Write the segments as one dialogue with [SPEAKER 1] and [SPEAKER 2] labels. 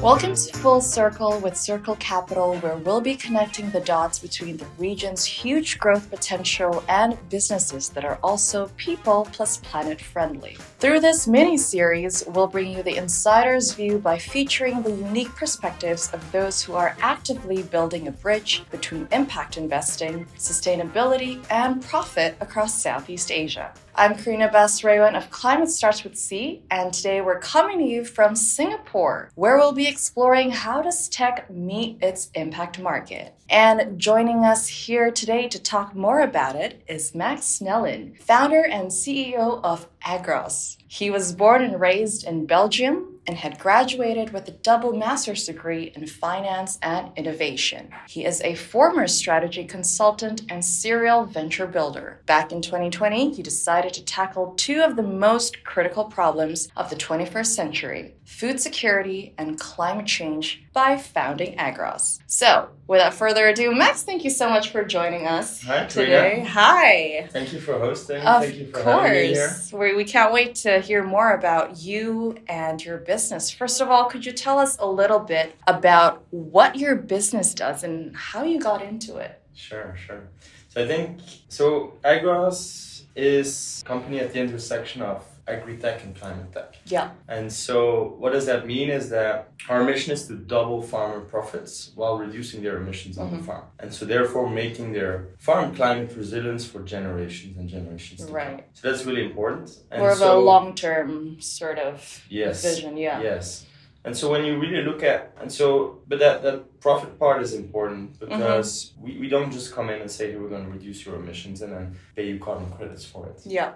[SPEAKER 1] Welcome to Full Circle with Circle Capital, where we'll be connecting the dots between the region's huge growth potential and businesses that are also people plus planet friendly. Through this mini series, we'll bring you the insider's view by featuring the unique perspectives of those who are actively building a bridge between impact investing, sustainability, and profit across Southeast Asia. I'm Karina Basrawan of Climate Starts with C, and today we're coming to you from Singapore, where we'll be exploring how does tech meet its impact market. And joining us here today to talk more about it is Max Snellen, founder and CEO of Agros. He was born and raised in Belgium and had graduated with a double master's degree in finance and innovation. He is a former strategy consultant and serial venture builder. Back in 2020, he decided to tackle two of the most critical problems of the 21st century food security and climate change by founding Agros. So, without further ado, Max, thank you so much for joining us
[SPEAKER 2] Hi,
[SPEAKER 1] today.
[SPEAKER 2] Karina.
[SPEAKER 1] Hi.
[SPEAKER 2] Thank you for hosting.
[SPEAKER 1] Of
[SPEAKER 2] Thank you for having me here.
[SPEAKER 1] course. We, we can't wait to hear more about you and your business. First of all, could you tell us a little bit about what your business does and how you got into it?
[SPEAKER 2] Sure, sure. So I think so. Agros is a company at the intersection of agri-tech and climate tech.
[SPEAKER 1] Yeah.
[SPEAKER 2] And so what does that mean is that our mission is to double farmer profits while reducing their emissions on
[SPEAKER 1] Mm-hmm.
[SPEAKER 2] the farm. And so therefore making their farm climate resilient for generations and generations to come.
[SPEAKER 1] Right.
[SPEAKER 2] So that's really important. And
[SPEAKER 1] More of a
[SPEAKER 2] so-
[SPEAKER 1] long term sort of
[SPEAKER 2] Yes.
[SPEAKER 1] vision. Yeah.
[SPEAKER 2] Yes. And so when you really look at and so but that, that profit part is important
[SPEAKER 1] Mm-hmm.
[SPEAKER 2] because we, we don't just come in and say hey, we're gonna reduce your emissions and then pay you carbon credits for it.
[SPEAKER 1] Yeah.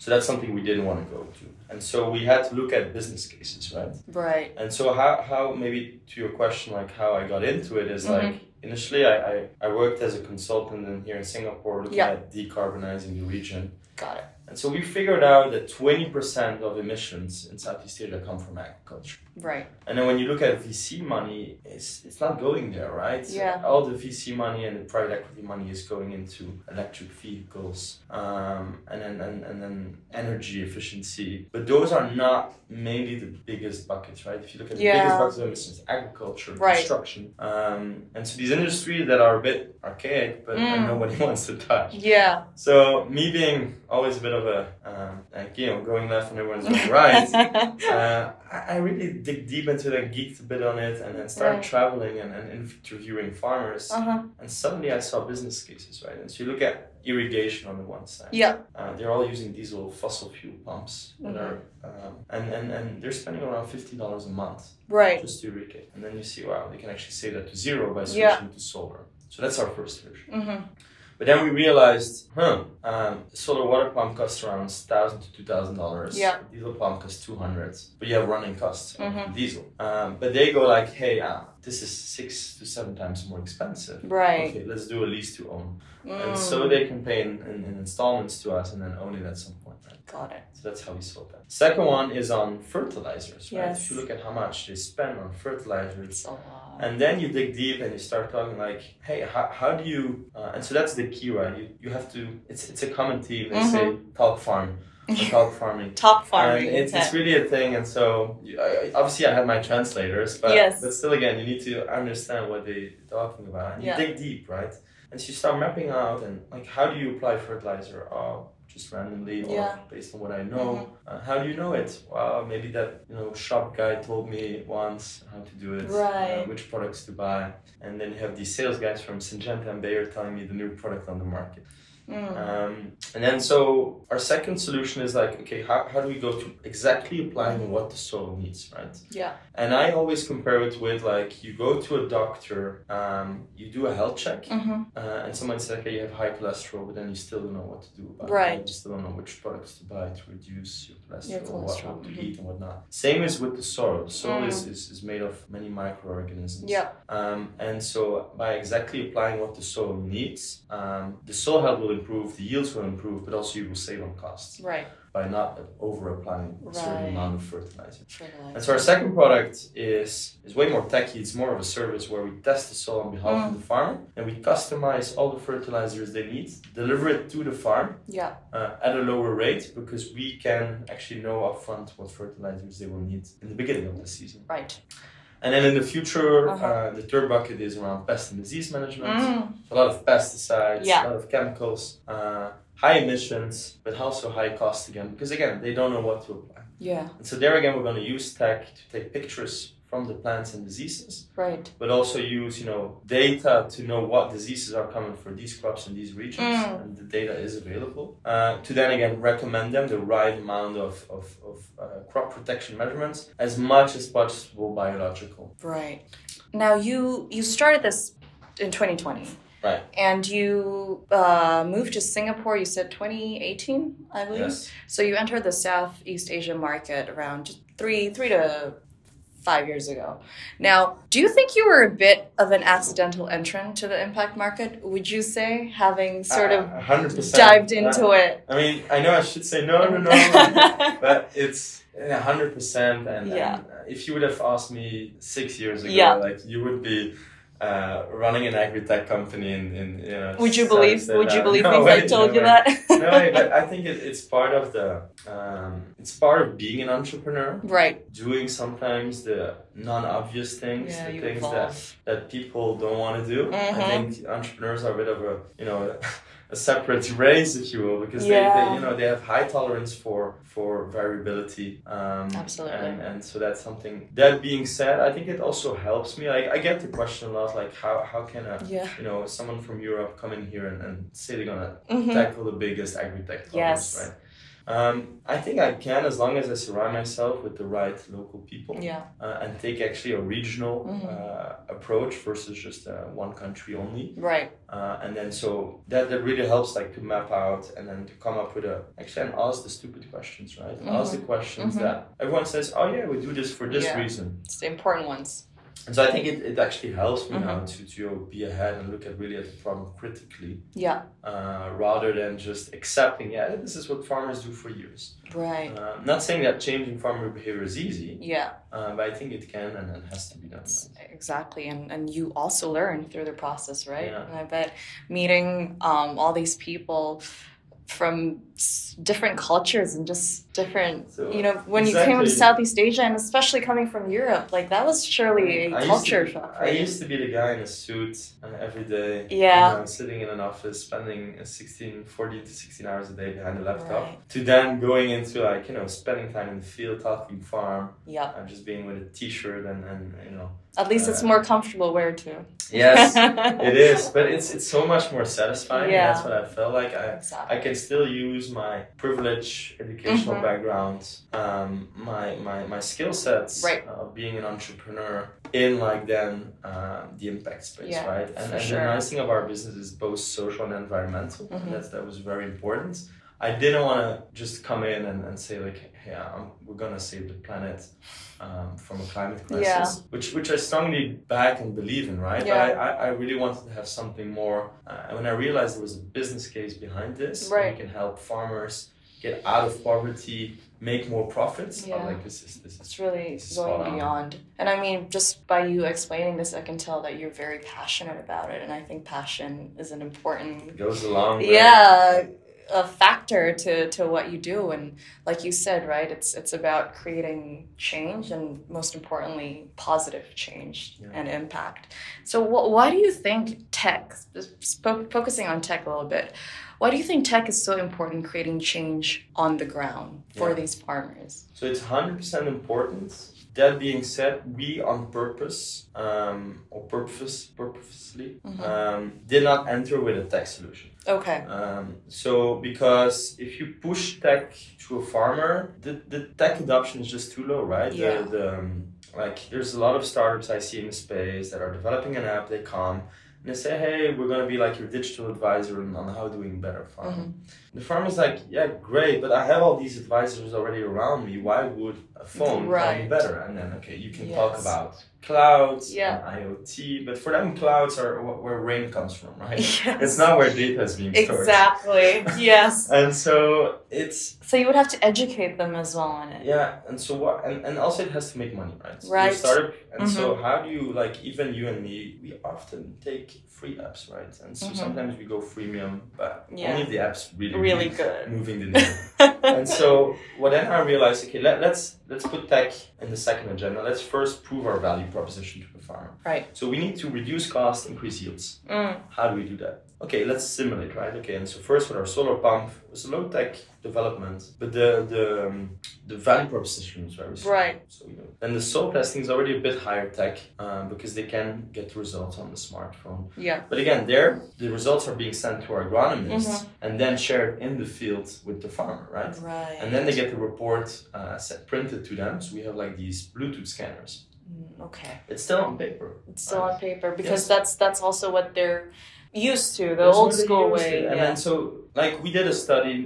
[SPEAKER 2] So that's something we didn't want to go to. And so we had to look at business cases, right?
[SPEAKER 1] Right.
[SPEAKER 2] And so how, how maybe to your question like how I got into it is
[SPEAKER 1] Mhm.
[SPEAKER 2] like initially I, I, I worked as a consultant in here in Singapore looking
[SPEAKER 1] Yeah.
[SPEAKER 2] at decarbonizing the region.
[SPEAKER 1] Got it.
[SPEAKER 2] And so we figured out that twenty percent of emissions in Southeast Asia come from agriculture.
[SPEAKER 1] Right.
[SPEAKER 2] And then when you look at VC money, it's, it's not going there, right? So
[SPEAKER 1] Yeah.
[SPEAKER 2] All the VC money and the private equity money is going into electric vehicles um, and, then, and, and then energy efficiency. But those are not mainly the biggest buckets, right? If you look at the
[SPEAKER 1] Yeah.
[SPEAKER 2] biggest buckets of emissions, agriculture,
[SPEAKER 1] Right.
[SPEAKER 2] construction. Um, and so these industries that are a bit archaic, but
[SPEAKER 1] Mm.
[SPEAKER 2] nobody wants to touch.
[SPEAKER 1] Yeah.
[SPEAKER 2] So me being always a bit of a, um, like, you know, going left and everyone's going right uh, I I really dig deep into it and geeked a bit on it and then started
[SPEAKER 1] Right.
[SPEAKER 2] traveling and, and interviewing farmers.
[SPEAKER 1] uh-huh.
[SPEAKER 2] And suddenly I saw business cases, right? And so you look at irrigation on the one side.
[SPEAKER 1] Yeah.
[SPEAKER 2] Uh, they're all using diesel fossil fuel pumps that
[SPEAKER 1] Mhm.
[SPEAKER 2] are, um, and, and, and they're spending around $50 a month
[SPEAKER 1] Right.
[SPEAKER 2] just to irrigate. And then you see, wow, they can actually save that to zero by switching
[SPEAKER 1] Yeah.
[SPEAKER 2] to solar. So that's our first version.
[SPEAKER 1] Mm-hmm.
[SPEAKER 2] But then we realized, huh, um, solar water pump costs around thousand to two thousand dollars.
[SPEAKER 1] Yeah.
[SPEAKER 2] Diesel pump costs two hundred, but you have running costs of
[SPEAKER 1] Mhm.
[SPEAKER 2] diesel. Um, but they go like, hey, uh, this is six to seven times more expensive.
[SPEAKER 1] Right.
[SPEAKER 2] Okay, let's do a lease to own,
[SPEAKER 1] Mm.
[SPEAKER 2] and so they can pay in, in, in installments to us, and then own it at some point. Right?
[SPEAKER 1] Got it.
[SPEAKER 2] So that's how we sold that. Second one is on fertilizers. Right?
[SPEAKER 1] Yes.
[SPEAKER 2] If you look at how much they spend on fertilizers,
[SPEAKER 1] It's a lot.
[SPEAKER 2] and then you dig deep and you start talking like, hey, how, how do you? Uh, and so that's the key, right? You, you have to. It's it's a common theme. They say talk farm, or talk farming.
[SPEAKER 1] Top farming.
[SPEAKER 2] And it's, it's
[SPEAKER 1] tech.
[SPEAKER 2] really a thing, and so you- I, I- obviously I had my translators, but
[SPEAKER 1] Yes.
[SPEAKER 2] but still, again, you need to understand what they're talking about, and you
[SPEAKER 1] Yeah.
[SPEAKER 2] dig deep, right? And so you start mapping out and like, how do you apply fertilizer? Oh, just randomly or
[SPEAKER 1] Yeah. Mm-hmm.
[SPEAKER 2] based on what I know. Uh, how do you know it? Well, maybe that you know shop guy told me once how to do it, uh,
[SPEAKER 1] Right.
[SPEAKER 2] which products to buy, and then you have these sales guys from Syngenta and Bayer telling me the new product on the market.
[SPEAKER 1] Mm.
[SPEAKER 2] Um, and then so our second solution is like, okay, how, how do we go to exactly applying what the soil needs, right?
[SPEAKER 1] Yeah.
[SPEAKER 2] And I always compare it with like you go to a doctor, um, you do a health check,
[SPEAKER 1] Mm-hmm.
[SPEAKER 2] uh, and someone says, okay, you have high cholesterol, but then you still don't know what to do about it.
[SPEAKER 1] Right.
[SPEAKER 2] You just don't know which products to buy to reduce your cholesterol,
[SPEAKER 1] Your
[SPEAKER 2] what,
[SPEAKER 1] cholesterol,
[SPEAKER 2] what to
[SPEAKER 1] mhm.
[SPEAKER 2] eat and whatnot. Same is with the soil. Soil
[SPEAKER 1] Mm.
[SPEAKER 2] is, is, is made of many microorganisms.
[SPEAKER 1] Yeah.
[SPEAKER 2] Um, and so by exactly applying what the soil needs, um, the soil health will improve, the yields will improve, but also you will save on costs
[SPEAKER 1] Right.
[SPEAKER 2] by not over applying a certain
[SPEAKER 1] Right.
[SPEAKER 2] amount of fertilizer. And
[SPEAKER 1] Fertilizer.
[SPEAKER 2] so our second product is is way more techy. It's more of a service where we test the soil on behalf of the farmer and we customize all the fertilizers they need, deliver it to the farm
[SPEAKER 1] Yeah.
[SPEAKER 2] uh, at a lower rate because we can actually know upfront what fertilizers they will need in the beginning of the season.
[SPEAKER 1] Right.
[SPEAKER 2] And then in the future,
[SPEAKER 1] Uh-huh.
[SPEAKER 2] uh, the third bucket is around pest and disease management.
[SPEAKER 1] Mm.
[SPEAKER 2] A lot of pesticides,
[SPEAKER 1] Yeah.
[SPEAKER 2] a lot of chemicals, uh, high emissions, but also high cost again, because again, they don't know what to apply.
[SPEAKER 1] Yeah,
[SPEAKER 2] And so there again, we're going to use tech to take pictures from the plants and diseases,
[SPEAKER 1] right.
[SPEAKER 2] but also use you know data to know what diseases are coming for these crops in these regions,
[SPEAKER 1] Mm.
[SPEAKER 2] and the data is available. Uh, to then again recommend them the right amount of of, of uh, crop protection measurements as much as possible biological.
[SPEAKER 1] Right. Now you you started this in 2020.
[SPEAKER 2] Right.
[SPEAKER 1] And you uh, moved to Singapore. You said 2018, I believe.
[SPEAKER 2] Yes.
[SPEAKER 1] So you entered the Southeast Asian market around just three three to five years ago. Now, do you think you were a bit of an accidental entrant to the impact market? Would you say having sort of
[SPEAKER 2] Uh, A- a hundred percent.
[SPEAKER 1] dived into it?
[SPEAKER 2] I mean, I know I should say uh, no, no, no, but it's a hundred percent. And
[SPEAKER 1] Yeah.
[SPEAKER 2] and, uh, if you would have asked me six years ago,
[SPEAKER 1] Yeah.
[SPEAKER 2] like you would be uh, running an agri tech company in, in you know.
[SPEAKER 1] would you
[SPEAKER 2] South
[SPEAKER 1] believe?
[SPEAKER 2] Amsterdam.
[SPEAKER 1] Would you believe
[SPEAKER 2] no
[SPEAKER 1] me if
[SPEAKER 2] way,
[SPEAKER 1] I told
[SPEAKER 2] no
[SPEAKER 1] you
[SPEAKER 2] way.
[SPEAKER 1] that?
[SPEAKER 2] no way, but I think it, it's part of the um, it's part of being an entrepreneur,
[SPEAKER 1] right.
[SPEAKER 2] doing sometimes the non-obvious things,
[SPEAKER 1] Yeah,
[SPEAKER 2] the
[SPEAKER 1] you
[SPEAKER 2] things that
[SPEAKER 1] evolve.
[SPEAKER 2] that people don't want to do.
[SPEAKER 1] Mhm.
[SPEAKER 2] I think entrepreneurs are a bit of a you know a separate race, if you will, because they,
[SPEAKER 1] Yeah.
[SPEAKER 2] they you know they have high tolerance for for variability. Um,
[SPEAKER 1] Absolutely.
[SPEAKER 2] And, and so that's something. That being said, I think it also helps me. Like I get the question a lot, like how how can a
[SPEAKER 1] Yeah.
[SPEAKER 2] you know someone from Europe come in here and, and say they're gonna
[SPEAKER 1] Mhm.
[SPEAKER 2] tackle the biggest agri tech
[SPEAKER 1] Yes.
[SPEAKER 2] problems, right? Um, I think I can as long as I surround myself with the right local people
[SPEAKER 1] Yeah.
[SPEAKER 2] uh, and take actually a regional
[SPEAKER 1] Mhm.
[SPEAKER 2] uh, approach versus just uh, one country only
[SPEAKER 1] Right.
[SPEAKER 2] uh, and then so that, that really helps like to map out and then to come up with a actually and ask the stupid questions right ask the questions
[SPEAKER 1] Mhm.
[SPEAKER 2] that everyone says oh yeah we do this for this
[SPEAKER 1] Yeah.
[SPEAKER 2] reason
[SPEAKER 1] It's the important ones.
[SPEAKER 2] and so i think it, it actually helps me
[SPEAKER 1] Mm-hmm.
[SPEAKER 2] now to, to be ahead and look at really at the problem critically
[SPEAKER 1] Yeah.
[SPEAKER 2] uh, rather than just accepting yeah this is what farmers do for years
[SPEAKER 1] Right.
[SPEAKER 2] uh, not saying that changing farmer behavior is easy
[SPEAKER 1] Yeah.
[SPEAKER 2] uh, but i think it can and it has to be done right?
[SPEAKER 1] Exactly, and and you also learn through the process, right?
[SPEAKER 2] Yeah.
[SPEAKER 1] And I bet meeting um, all these people from s- different cultures and just different,
[SPEAKER 2] So,
[SPEAKER 1] you know, when you came to
[SPEAKER 2] exactly.
[SPEAKER 1] Southeast Asia and especially coming from Europe, like that was surely a
[SPEAKER 2] I used
[SPEAKER 1] culture
[SPEAKER 2] to-
[SPEAKER 1] shock.
[SPEAKER 2] I
[SPEAKER 1] right?
[SPEAKER 2] used to be the guy in a suit uh, every day.
[SPEAKER 1] Yeah.
[SPEAKER 2] You know, sitting in an office, spending uh, 16, 40 to 16 hours a day behind the laptop.
[SPEAKER 1] Right.
[SPEAKER 2] To then going into like, you know, spending time in the field, talking farm,
[SPEAKER 1] yeah,
[SPEAKER 2] and just being with a t-shirt and, and you know.
[SPEAKER 1] at least it's
[SPEAKER 2] Uh,
[SPEAKER 1] more comfortable wear too.
[SPEAKER 2] Yes, it is. But it's, it's so much more satisfying.
[SPEAKER 1] Yeah.
[SPEAKER 2] That's what I felt like. I,
[SPEAKER 1] Exactly.
[SPEAKER 2] I can still use my privilege, educational
[SPEAKER 1] Mhm.
[SPEAKER 2] background, um, my, my, my skill sets
[SPEAKER 1] Right.
[SPEAKER 2] of being an entrepreneur in like then uh, the impact space,
[SPEAKER 1] Yeah,
[SPEAKER 2] right? And,
[SPEAKER 1] for
[SPEAKER 2] and
[SPEAKER 1] sure.
[SPEAKER 2] the nice thing of our business is both social and environmental.
[SPEAKER 1] Mhm.
[SPEAKER 2] And that's, that was very important. I didn't want to just come in and, and say like, hey, I'm, we're gonna save the planet um, from a climate crisis,
[SPEAKER 1] Yeah.
[SPEAKER 2] which which I strongly back and believe in, right?
[SPEAKER 1] Yeah.
[SPEAKER 2] But I, I, I really wanted to have something more. Uh, and when I realized there was a business case behind this,
[SPEAKER 1] Right.
[SPEAKER 2] we can help farmers get out of poverty, make more profits.
[SPEAKER 1] Yeah.
[SPEAKER 2] I'm like, this is this is
[SPEAKER 1] It's really
[SPEAKER 2] Spot
[SPEAKER 1] going
[SPEAKER 2] on.
[SPEAKER 1] beyond. And I mean, just by you explaining this, I can tell that you're very passionate about it. And I think passion is an important
[SPEAKER 2] it goes a long way.
[SPEAKER 1] yeah a factor to, to what you do and like you said right it's it's about creating change and most importantly positive change
[SPEAKER 2] Yeah.
[SPEAKER 1] and impact so wh- why do you think tech sp- focusing on tech a little bit why do you think tech is so important in creating change on the ground for
[SPEAKER 2] Yeah. Uh,
[SPEAKER 1] these farmers
[SPEAKER 2] So it's 100% important. That being said, we on purpose um, or purpose purposely
[SPEAKER 1] Mhm.
[SPEAKER 2] um, did not enter with a tech solution.
[SPEAKER 1] okay
[SPEAKER 2] Um, so because if you push tech to a farmer, the, the tech adoption is just too low, right?
[SPEAKER 1] Yeah.
[SPEAKER 2] The, the, um, like there's a lot of startups I see in the space that are developing an app. They come and they say, "Hey, we're gonna be like your digital advisor on, on how doing better farming."
[SPEAKER 1] Mm-hmm.
[SPEAKER 2] The farmer's like, "Yeah, great, but I have all these advisors already around me. Why would a phone tell
[SPEAKER 1] Right.
[SPEAKER 2] me better?" And then okay, you can talk
[SPEAKER 1] Yes.
[SPEAKER 2] about clouds
[SPEAKER 1] Yeah.
[SPEAKER 2] and IoT, but for them, clouds are wh- where rain comes from, right?
[SPEAKER 1] Yes.
[SPEAKER 2] It's not where data is being stored.
[SPEAKER 1] exactly yes
[SPEAKER 2] And so it's
[SPEAKER 1] so you would have to educate them as well on it
[SPEAKER 2] yeah, and so what and, and also it has to make money, right? So you're a
[SPEAKER 1] Right. Mm-hmm.
[SPEAKER 2] startup and so how do you like even you and me, we often take free apps, right? And so
[SPEAKER 1] Mhm.
[SPEAKER 2] sometimes we go freemium, but
[SPEAKER 1] Yeah.
[SPEAKER 2] only if the apps really,
[SPEAKER 1] really good
[SPEAKER 2] moving the needle. and so what then I realized, okay, let, let's let's put tech in the second agenda. Let's first prove our value proposition to the farmer.
[SPEAKER 1] Right.
[SPEAKER 2] So we need to reduce costs, increase yields.
[SPEAKER 1] Mm.
[SPEAKER 2] How do we do that? Okay, let's simulate, right? Okay, and so first with our solar pump, it was a low tech development, but the the um, the value proposition was very strong.
[SPEAKER 1] Right.
[SPEAKER 2] So you know, and the soil testing is already a bit higher tech um, because they can get the results on the smartphone.
[SPEAKER 1] Yeah.
[SPEAKER 2] But again, there the results are being sent to our agronomists
[SPEAKER 1] Mm-hmm.
[SPEAKER 2] and then shared in the field with the farmer, right?
[SPEAKER 1] Right.
[SPEAKER 2] And then they get the report uh, set, printed to them. So we have like these Bluetooth scanners.
[SPEAKER 1] Mm, okay.
[SPEAKER 2] It's still on paper.
[SPEAKER 1] It's still on paper because
[SPEAKER 2] Uh, Yes.
[SPEAKER 1] that's that's also what they're used to, the
[SPEAKER 2] That's
[SPEAKER 1] old
[SPEAKER 2] what they
[SPEAKER 1] school
[SPEAKER 2] use
[SPEAKER 1] way.
[SPEAKER 2] it. And
[SPEAKER 1] yeah.
[SPEAKER 2] then so like we did a study,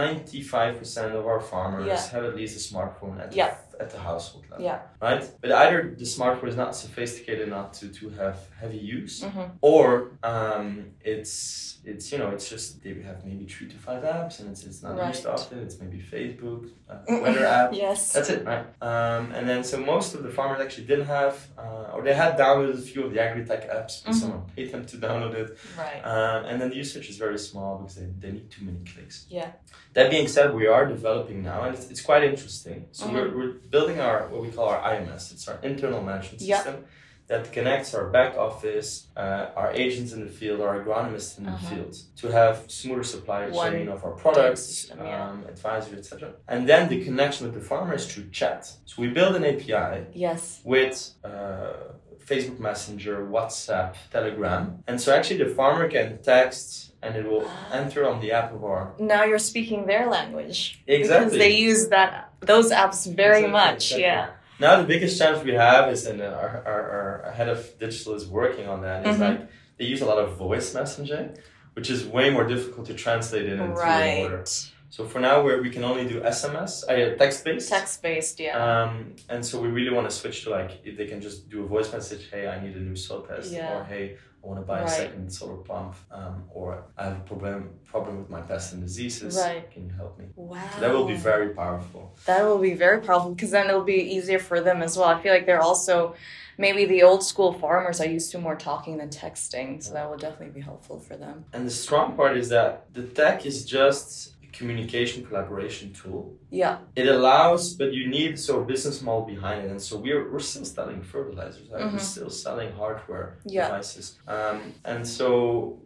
[SPEAKER 2] ninety five percent of our farmers
[SPEAKER 1] Yeah.
[SPEAKER 2] have at least a smartphone at
[SPEAKER 1] Yeah.
[SPEAKER 2] the, at the household level.
[SPEAKER 1] Yeah.
[SPEAKER 2] Right? But either the smartphone is not sophisticated enough to, to have heavy use
[SPEAKER 1] Mhm.
[SPEAKER 2] or um, it's it's you know it's just they have maybe three to five apps and it's, it's not used
[SPEAKER 1] Right.
[SPEAKER 2] often. It's maybe Facebook, uh, weather app.
[SPEAKER 1] Yes.
[SPEAKER 2] That's it, right? Um, and then so most of the farmers actually didn't have, uh, or they had downloaded a few of the agri-tech apps, but
[SPEAKER 1] Mhm.
[SPEAKER 2] someone paid them to download it.
[SPEAKER 1] right.
[SPEAKER 2] Um, and then the usage is very small because they, they need too many clicks.
[SPEAKER 1] Yeah.
[SPEAKER 2] That being said, we are developing now, and it's, it's quite interesting. So
[SPEAKER 1] Mm-hmm.
[SPEAKER 2] we're, we're building our what we call our IMS. It's our internal management
[SPEAKER 1] Yeah.
[SPEAKER 2] system that connects our back office, uh, our agents in the field, our agronomists in
[SPEAKER 1] Uh-huh.
[SPEAKER 2] the field to have smoother supply
[SPEAKER 1] One
[SPEAKER 2] chain of our products,
[SPEAKER 1] system, yeah.
[SPEAKER 2] um, advisory, etc. And then the connection with the farmer is through chat. So we build an API
[SPEAKER 1] Yes.
[SPEAKER 2] with uh, Facebook Messenger, WhatsApp, Telegram. And so actually the farmer can text and it will enter on the app of our.
[SPEAKER 1] Now you're speaking their language because
[SPEAKER 2] Exactly.
[SPEAKER 1] they use that those apps very
[SPEAKER 2] Exactly,
[SPEAKER 1] much.
[SPEAKER 2] exactly.
[SPEAKER 1] Yeah.
[SPEAKER 2] Now the biggest challenge we have is, and uh, our, our, our head of digital is working on that, is
[SPEAKER 1] Mhm.
[SPEAKER 2] like they use a lot of voice messaging, which is way more difficult to translate it into an order.
[SPEAKER 1] Right.
[SPEAKER 2] So for now, where we can only do SMS, uh, text-based.
[SPEAKER 1] Text based. Yeah.
[SPEAKER 2] Um, and so we really want to switch to like if they can just do a voice message, hey, I need a new soil test,
[SPEAKER 1] Yeah.
[SPEAKER 2] or hey, I want to buy
[SPEAKER 1] Right.
[SPEAKER 2] a second solar pump, um, or I have a problem problem with my pests and diseases.
[SPEAKER 1] Right. Ah.
[SPEAKER 2] Can you help me?
[SPEAKER 1] wow.
[SPEAKER 2] So that will be very powerful.
[SPEAKER 1] That will be very powerful because then it'll be easier for them as well. I feel like they're also maybe the old school farmers are used to more talking than texting, so that will definitely be helpful for them.
[SPEAKER 2] And the strong part is that the tech is just a communication collaboration tool.
[SPEAKER 1] Yeah.
[SPEAKER 2] It allows, but you need so a business model behind it. And so we're, we're still selling fertilizers, right?
[SPEAKER 1] Mhm.
[SPEAKER 2] we're still selling hardware
[SPEAKER 1] Yeah.
[SPEAKER 2] devices. Um, and so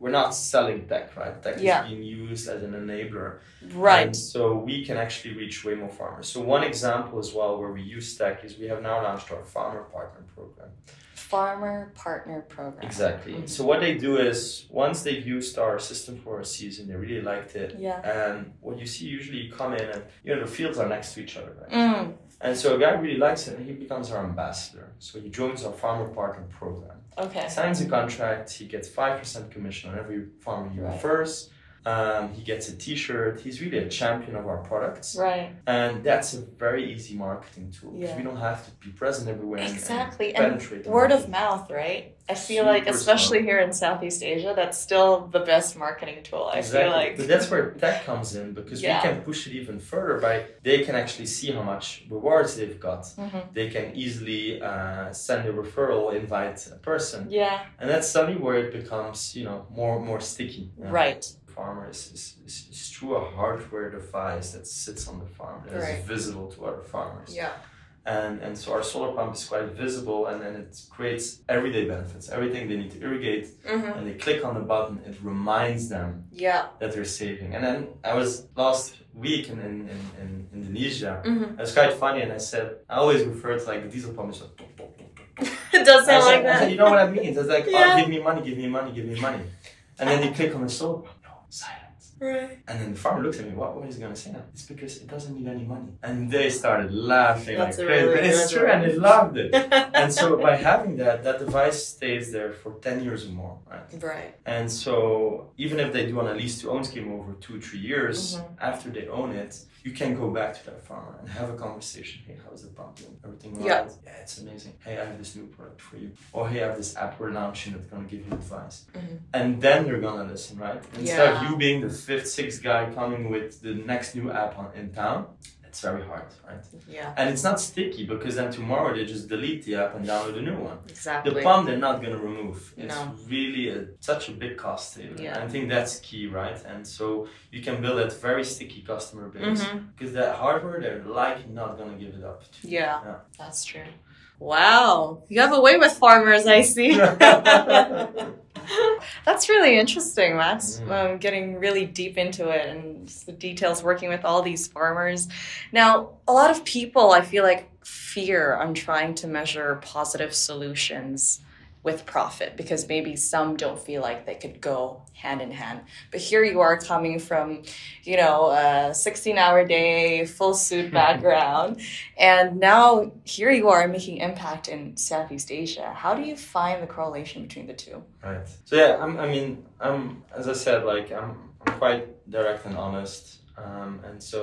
[SPEAKER 2] we're not selling tech, right? Tech
[SPEAKER 1] Yeah.
[SPEAKER 2] is being used as an enabler.
[SPEAKER 1] Right.
[SPEAKER 2] And so we can actually reach way more farmers. So one example as well where we use tech is we have now launched our farmer partner program.
[SPEAKER 1] Farmer partner program.
[SPEAKER 2] Exactly.
[SPEAKER 1] Mhm.
[SPEAKER 2] So what they do is once they've used our system for a season, they really liked it.
[SPEAKER 1] Yeah.
[SPEAKER 2] And what you see usually you come in and you know the fields are next to each other, right?
[SPEAKER 1] Mm.
[SPEAKER 2] And so a guy really likes it and he becomes our ambassador. So he joins our farmer partner program.
[SPEAKER 1] Okay.
[SPEAKER 2] Signs a contract, he gets 5% commission on every farmer he
[SPEAKER 1] Right.
[SPEAKER 2] refers. Um, he gets a t shirt. He's really a champion of our products.
[SPEAKER 1] Right.
[SPEAKER 2] And that's a very easy marketing tool because
[SPEAKER 1] Yeah.
[SPEAKER 2] we don't have to be present everywhere. and- and
[SPEAKER 1] Exactly. And
[SPEAKER 2] penetrate the
[SPEAKER 1] word of
[SPEAKER 2] market.
[SPEAKER 1] mouth, right? I feel like
[SPEAKER 2] Super
[SPEAKER 1] especially
[SPEAKER 2] smart.
[SPEAKER 1] here in Southeast Asia, that's still the best marketing tool. I
[SPEAKER 2] exactly.
[SPEAKER 1] feel
[SPEAKER 2] But
[SPEAKER 1] like.
[SPEAKER 2] that's where tech comes in because
[SPEAKER 1] Yeah.
[SPEAKER 2] we can push it even further by they can actually see how much rewards they've got.
[SPEAKER 1] Mhm.
[SPEAKER 2] They can easily uh, send a referral, invite a person,
[SPEAKER 1] Yeah.
[SPEAKER 2] and that's suddenly where it becomes you know more more sticky. you know.
[SPEAKER 1] Right.
[SPEAKER 2] Farmer is, is, is, is through a hardware device that sits on the farm that is
[SPEAKER 1] Right.
[SPEAKER 2] visible to other farmers.
[SPEAKER 1] Yeah.
[SPEAKER 2] and and so our solar pump is quite visible and then it creates everyday benefits everything they need to irrigate
[SPEAKER 1] Mm-hmm.
[SPEAKER 2] and they click on the button it reminds them
[SPEAKER 1] Yeah.
[SPEAKER 2] that they're saving and then i was last week in in, in, in indonesia
[SPEAKER 1] Mhm.
[SPEAKER 2] it was quite funny and i said i always refer to like the diesel pump is like, "Tok, tok, tok, tok, tok."
[SPEAKER 1] it does
[SPEAKER 2] I
[SPEAKER 1] sound
[SPEAKER 2] was
[SPEAKER 1] like
[SPEAKER 2] I was
[SPEAKER 1] that.
[SPEAKER 2] you know what i mean it's like
[SPEAKER 1] Yeah.
[SPEAKER 2] oh give me money give me money give me money and then they click on the solar pump no silence
[SPEAKER 1] Right.
[SPEAKER 2] and then the farmer looks at me, what, what is he going to say now? It's because it doesn't need any money. And they started laughing
[SPEAKER 1] That's a
[SPEAKER 2] like crazy.
[SPEAKER 1] really
[SPEAKER 2] but it's
[SPEAKER 1] good
[SPEAKER 2] true,
[SPEAKER 1] one.
[SPEAKER 2] and they loved it. and so by having that, that device stays there for 10 years or more, right?
[SPEAKER 1] Right.
[SPEAKER 2] And so even if they do on a lease to own scheme over two, three years,
[SPEAKER 1] Mhm.
[SPEAKER 2] after they own it, you can go back to that farmer and have a conversation. Hey, how's the pump doing? Everything all
[SPEAKER 1] Yeah.
[SPEAKER 2] right? Yeah, it's amazing. Hey, I have this new product for you. Or hey, I have this app we're launching that's gonna give you advice.
[SPEAKER 1] Mhm.
[SPEAKER 2] And then they're gonna listen, right? Instead
[SPEAKER 1] Yeah.
[SPEAKER 2] of you being the fifth, sixth guy coming with the next new app on, in town, It's very hard, right?
[SPEAKER 1] Yeah,
[SPEAKER 2] And it's not sticky because then tomorrow they just delete the app and download a new one.
[SPEAKER 1] exactly.
[SPEAKER 2] The palm they're not gonna remove. It's
[SPEAKER 1] No.
[SPEAKER 2] really a, such a big cost saver.
[SPEAKER 1] Yeah.
[SPEAKER 2] And I think that's key, right? And so you can build that very sticky customer base
[SPEAKER 1] Mhm.
[SPEAKER 2] because that hardware they're likely not gonna give it up. To.
[SPEAKER 1] Yeah,
[SPEAKER 2] Yeah.
[SPEAKER 1] that's true. Wow, you have a way with farmers, I see. That's really interesting, Max.
[SPEAKER 2] Mm.
[SPEAKER 1] Um, getting really deep into it and just the details, working with all these farmers. Now, a lot of people, I feel like, fear on trying to measure positive solutions with profit because maybe some don't feel like they could go hand in hand. But here you are coming from, you know, a 16 hour day, full suit background. and now here you are making impact in Southeast Asia. How do you find the correlation between the two?
[SPEAKER 2] Right. So yeah, I'm, I mean, I'm as I said, like I'm, I'm quite direct and honest, um, and so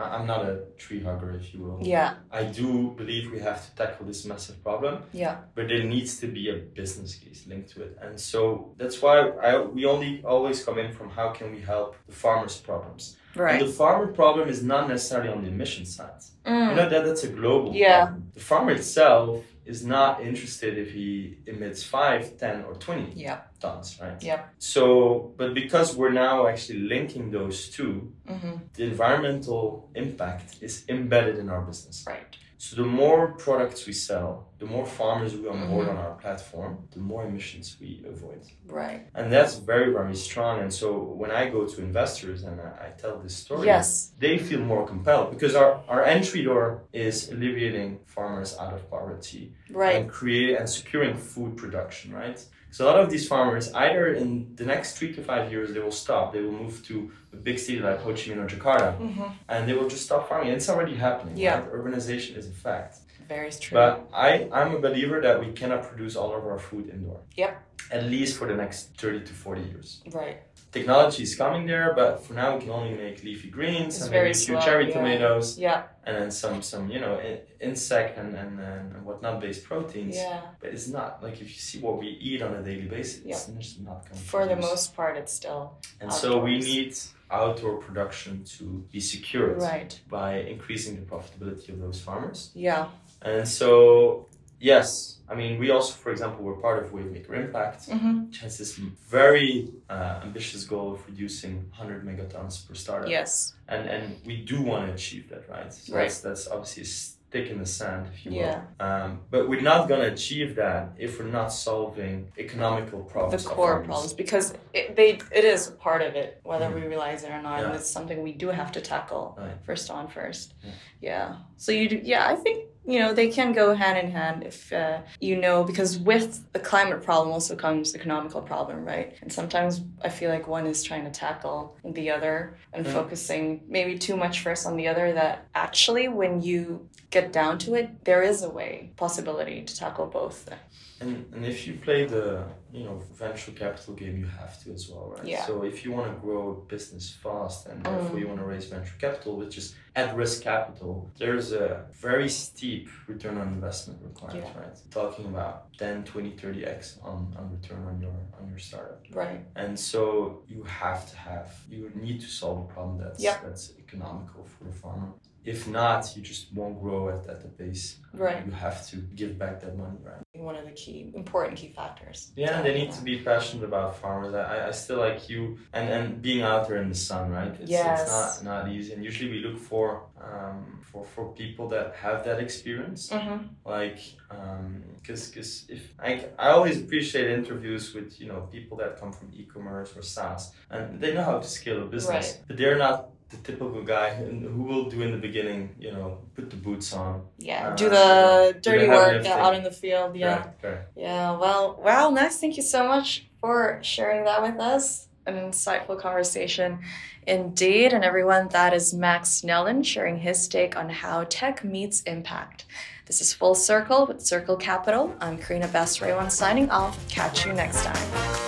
[SPEAKER 2] I, I'm not a tree hugger, if you will.
[SPEAKER 1] Yeah,
[SPEAKER 2] I do believe we have to tackle this massive problem,
[SPEAKER 1] yeah.
[SPEAKER 2] but there needs to be a business case linked to it, and so that's why I we only always come in from how can we help the farmers' problems.
[SPEAKER 1] Right.
[SPEAKER 2] And the farmer problem is not necessarily on the emission side. You know that that's a global
[SPEAKER 1] Hmm. Yeah.
[SPEAKER 2] problem. The farmer itself is not interested if he emits five, ten, or twenty
[SPEAKER 1] Yeah.
[SPEAKER 2] tons, right?
[SPEAKER 1] Yeah.
[SPEAKER 2] So, but because we're now actually linking those two,
[SPEAKER 1] Mm-hmm.
[SPEAKER 2] the environmental impact is embedded in our business.
[SPEAKER 1] Right.
[SPEAKER 2] So, the more products we sell, the more farmers we onboard
[SPEAKER 1] Mhm.
[SPEAKER 2] on our platform, the more emissions we avoid.
[SPEAKER 1] Right.
[SPEAKER 2] And that's very, very strong. And so, when I go to investors and I, I tell this story,
[SPEAKER 1] Yes.
[SPEAKER 2] they feel more compelled because our, our entry door is alleviating farmers out of poverty
[SPEAKER 1] Right.
[SPEAKER 2] and create and securing food production, right? So a lot of these farmers, either in the next three to five years, they will stop. They will move to a big city like Ho Chi Minh or Jakarta,
[SPEAKER 1] Mm-hmm.
[SPEAKER 2] and they will just stop farming. It's already happening.
[SPEAKER 1] Yeah.
[SPEAKER 2] right? urbanization is a fact.
[SPEAKER 1] Very true.
[SPEAKER 2] But I, I'm a believer that we cannot produce all of our food indoor.
[SPEAKER 1] Yep.
[SPEAKER 2] At least for the next thirty to forty years.
[SPEAKER 1] right.
[SPEAKER 2] Technology is coming there, but for now we can only make leafy greens
[SPEAKER 1] It's
[SPEAKER 2] and
[SPEAKER 1] very
[SPEAKER 2] maybe a few
[SPEAKER 1] slow,
[SPEAKER 2] cherry
[SPEAKER 1] yeah.
[SPEAKER 2] tomatoes,
[SPEAKER 1] Yeah.
[SPEAKER 2] and then some some you know in- insect and and, and whatnot based proteins.
[SPEAKER 1] Yeah.
[SPEAKER 2] But it's not like if you see what we eat on a daily basis, it's just not coming
[SPEAKER 1] For the most part, it's still
[SPEAKER 2] And so we
[SPEAKER 1] outdoors.
[SPEAKER 2] need outdoor production to be secured
[SPEAKER 1] right.
[SPEAKER 2] by increasing the profitability of those farmers.
[SPEAKER 1] Yeah.
[SPEAKER 2] And so, yes, I mean, we also, for example, we're part of Wavemaker Impact,
[SPEAKER 1] Mm-hmm.
[SPEAKER 2] which has this very uh, ambitious goal of reducing 100 megatons per startup.
[SPEAKER 1] Yes.
[SPEAKER 2] And, and we do want to achieve that, right? So
[SPEAKER 1] Right.
[SPEAKER 2] That's, that's obviously a stick in the sand, if you will.
[SPEAKER 1] Yeah.
[SPEAKER 2] Um, but we're not going to achieve that if we're not solving economical
[SPEAKER 1] The
[SPEAKER 2] problems. of
[SPEAKER 1] core
[SPEAKER 2] farmers.
[SPEAKER 1] problems because it, they it is part of it whether we realize it or not and
[SPEAKER 2] Mm-hmm. Yeah.
[SPEAKER 1] it's something we do have to tackle
[SPEAKER 2] Right.
[SPEAKER 1] first on first.
[SPEAKER 2] Yeah.
[SPEAKER 1] Yeah. So you do, yeah I think you know they can go hand in hand if uh, you know because with the climate problem also comes the economical problem right and sometimes I feel like one is trying to tackle the other and
[SPEAKER 2] Mhm.
[SPEAKER 1] focusing maybe too much first on the other that actually when you get down to it there is a way possibility to tackle both.
[SPEAKER 2] And, and if you play the you know venture capital game, you have to as well, right?
[SPEAKER 1] Yeah. Mm.
[SPEAKER 2] So if you want to grow a business fast and therefore you want to raise venture capital, which is at-risk capital, there's a very steep return on investment required,
[SPEAKER 1] Yeah.
[SPEAKER 2] right? Talking about 10, 20, 30x on, on return on your on your startup.
[SPEAKER 1] Right.
[SPEAKER 2] And so you have to have, you need to solve a problem that's,
[SPEAKER 1] Yeah.
[SPEAKER 2] that's economical for the farmer. If not, you just won't grow at, at the pace.
[SPEAKER 1] Right.
[SPEAKER 2] You have to give back that money, right?
[SPEAKER 1] One of the key important key factors.
[SPEAKER 2] Yeah, they need to be passionate about farmers. I, I- I still like you and, and being out there in the sun, right? It's,
[SPEAKER 1] Yes.
[SPEAKER 2] it's not, not easy. And usually we look for, um, for, for people that have that experience
[SPEAKER 1] Mm-hmm.
[SPEAKER 2] like um because because if I, I always appreciate interviews with you know people that come from e-commerce or SaaS and they know how to scale a business but they're not the typical guy who who will do in the beginning you know put the boots on
[SPEAKER 1] Yeah.
[SPEAKER 2] Uh,
[SPEAKER 1] do the
[SPEAKER 2] do
[SPEAKER 1] dirty
[SPEAKER 2] the heavy
[SPEAKER 1] work uh,
[SPEAKER 2] lifting.
[SPEAKER 1] out in the field. Yeah.
[SPEAKER 2] Correct, correct.
[SPEAKER 1] Yeah. Well. Wow, Max. Thank you so much for sharing that with us. An insightful conversation, indeed. And everyone, that is Max Nellen sharing his take on how tech meets impact. This is Full Circle with Circle Capital. I'm Karina Best Raywan signing off. Catch you next time.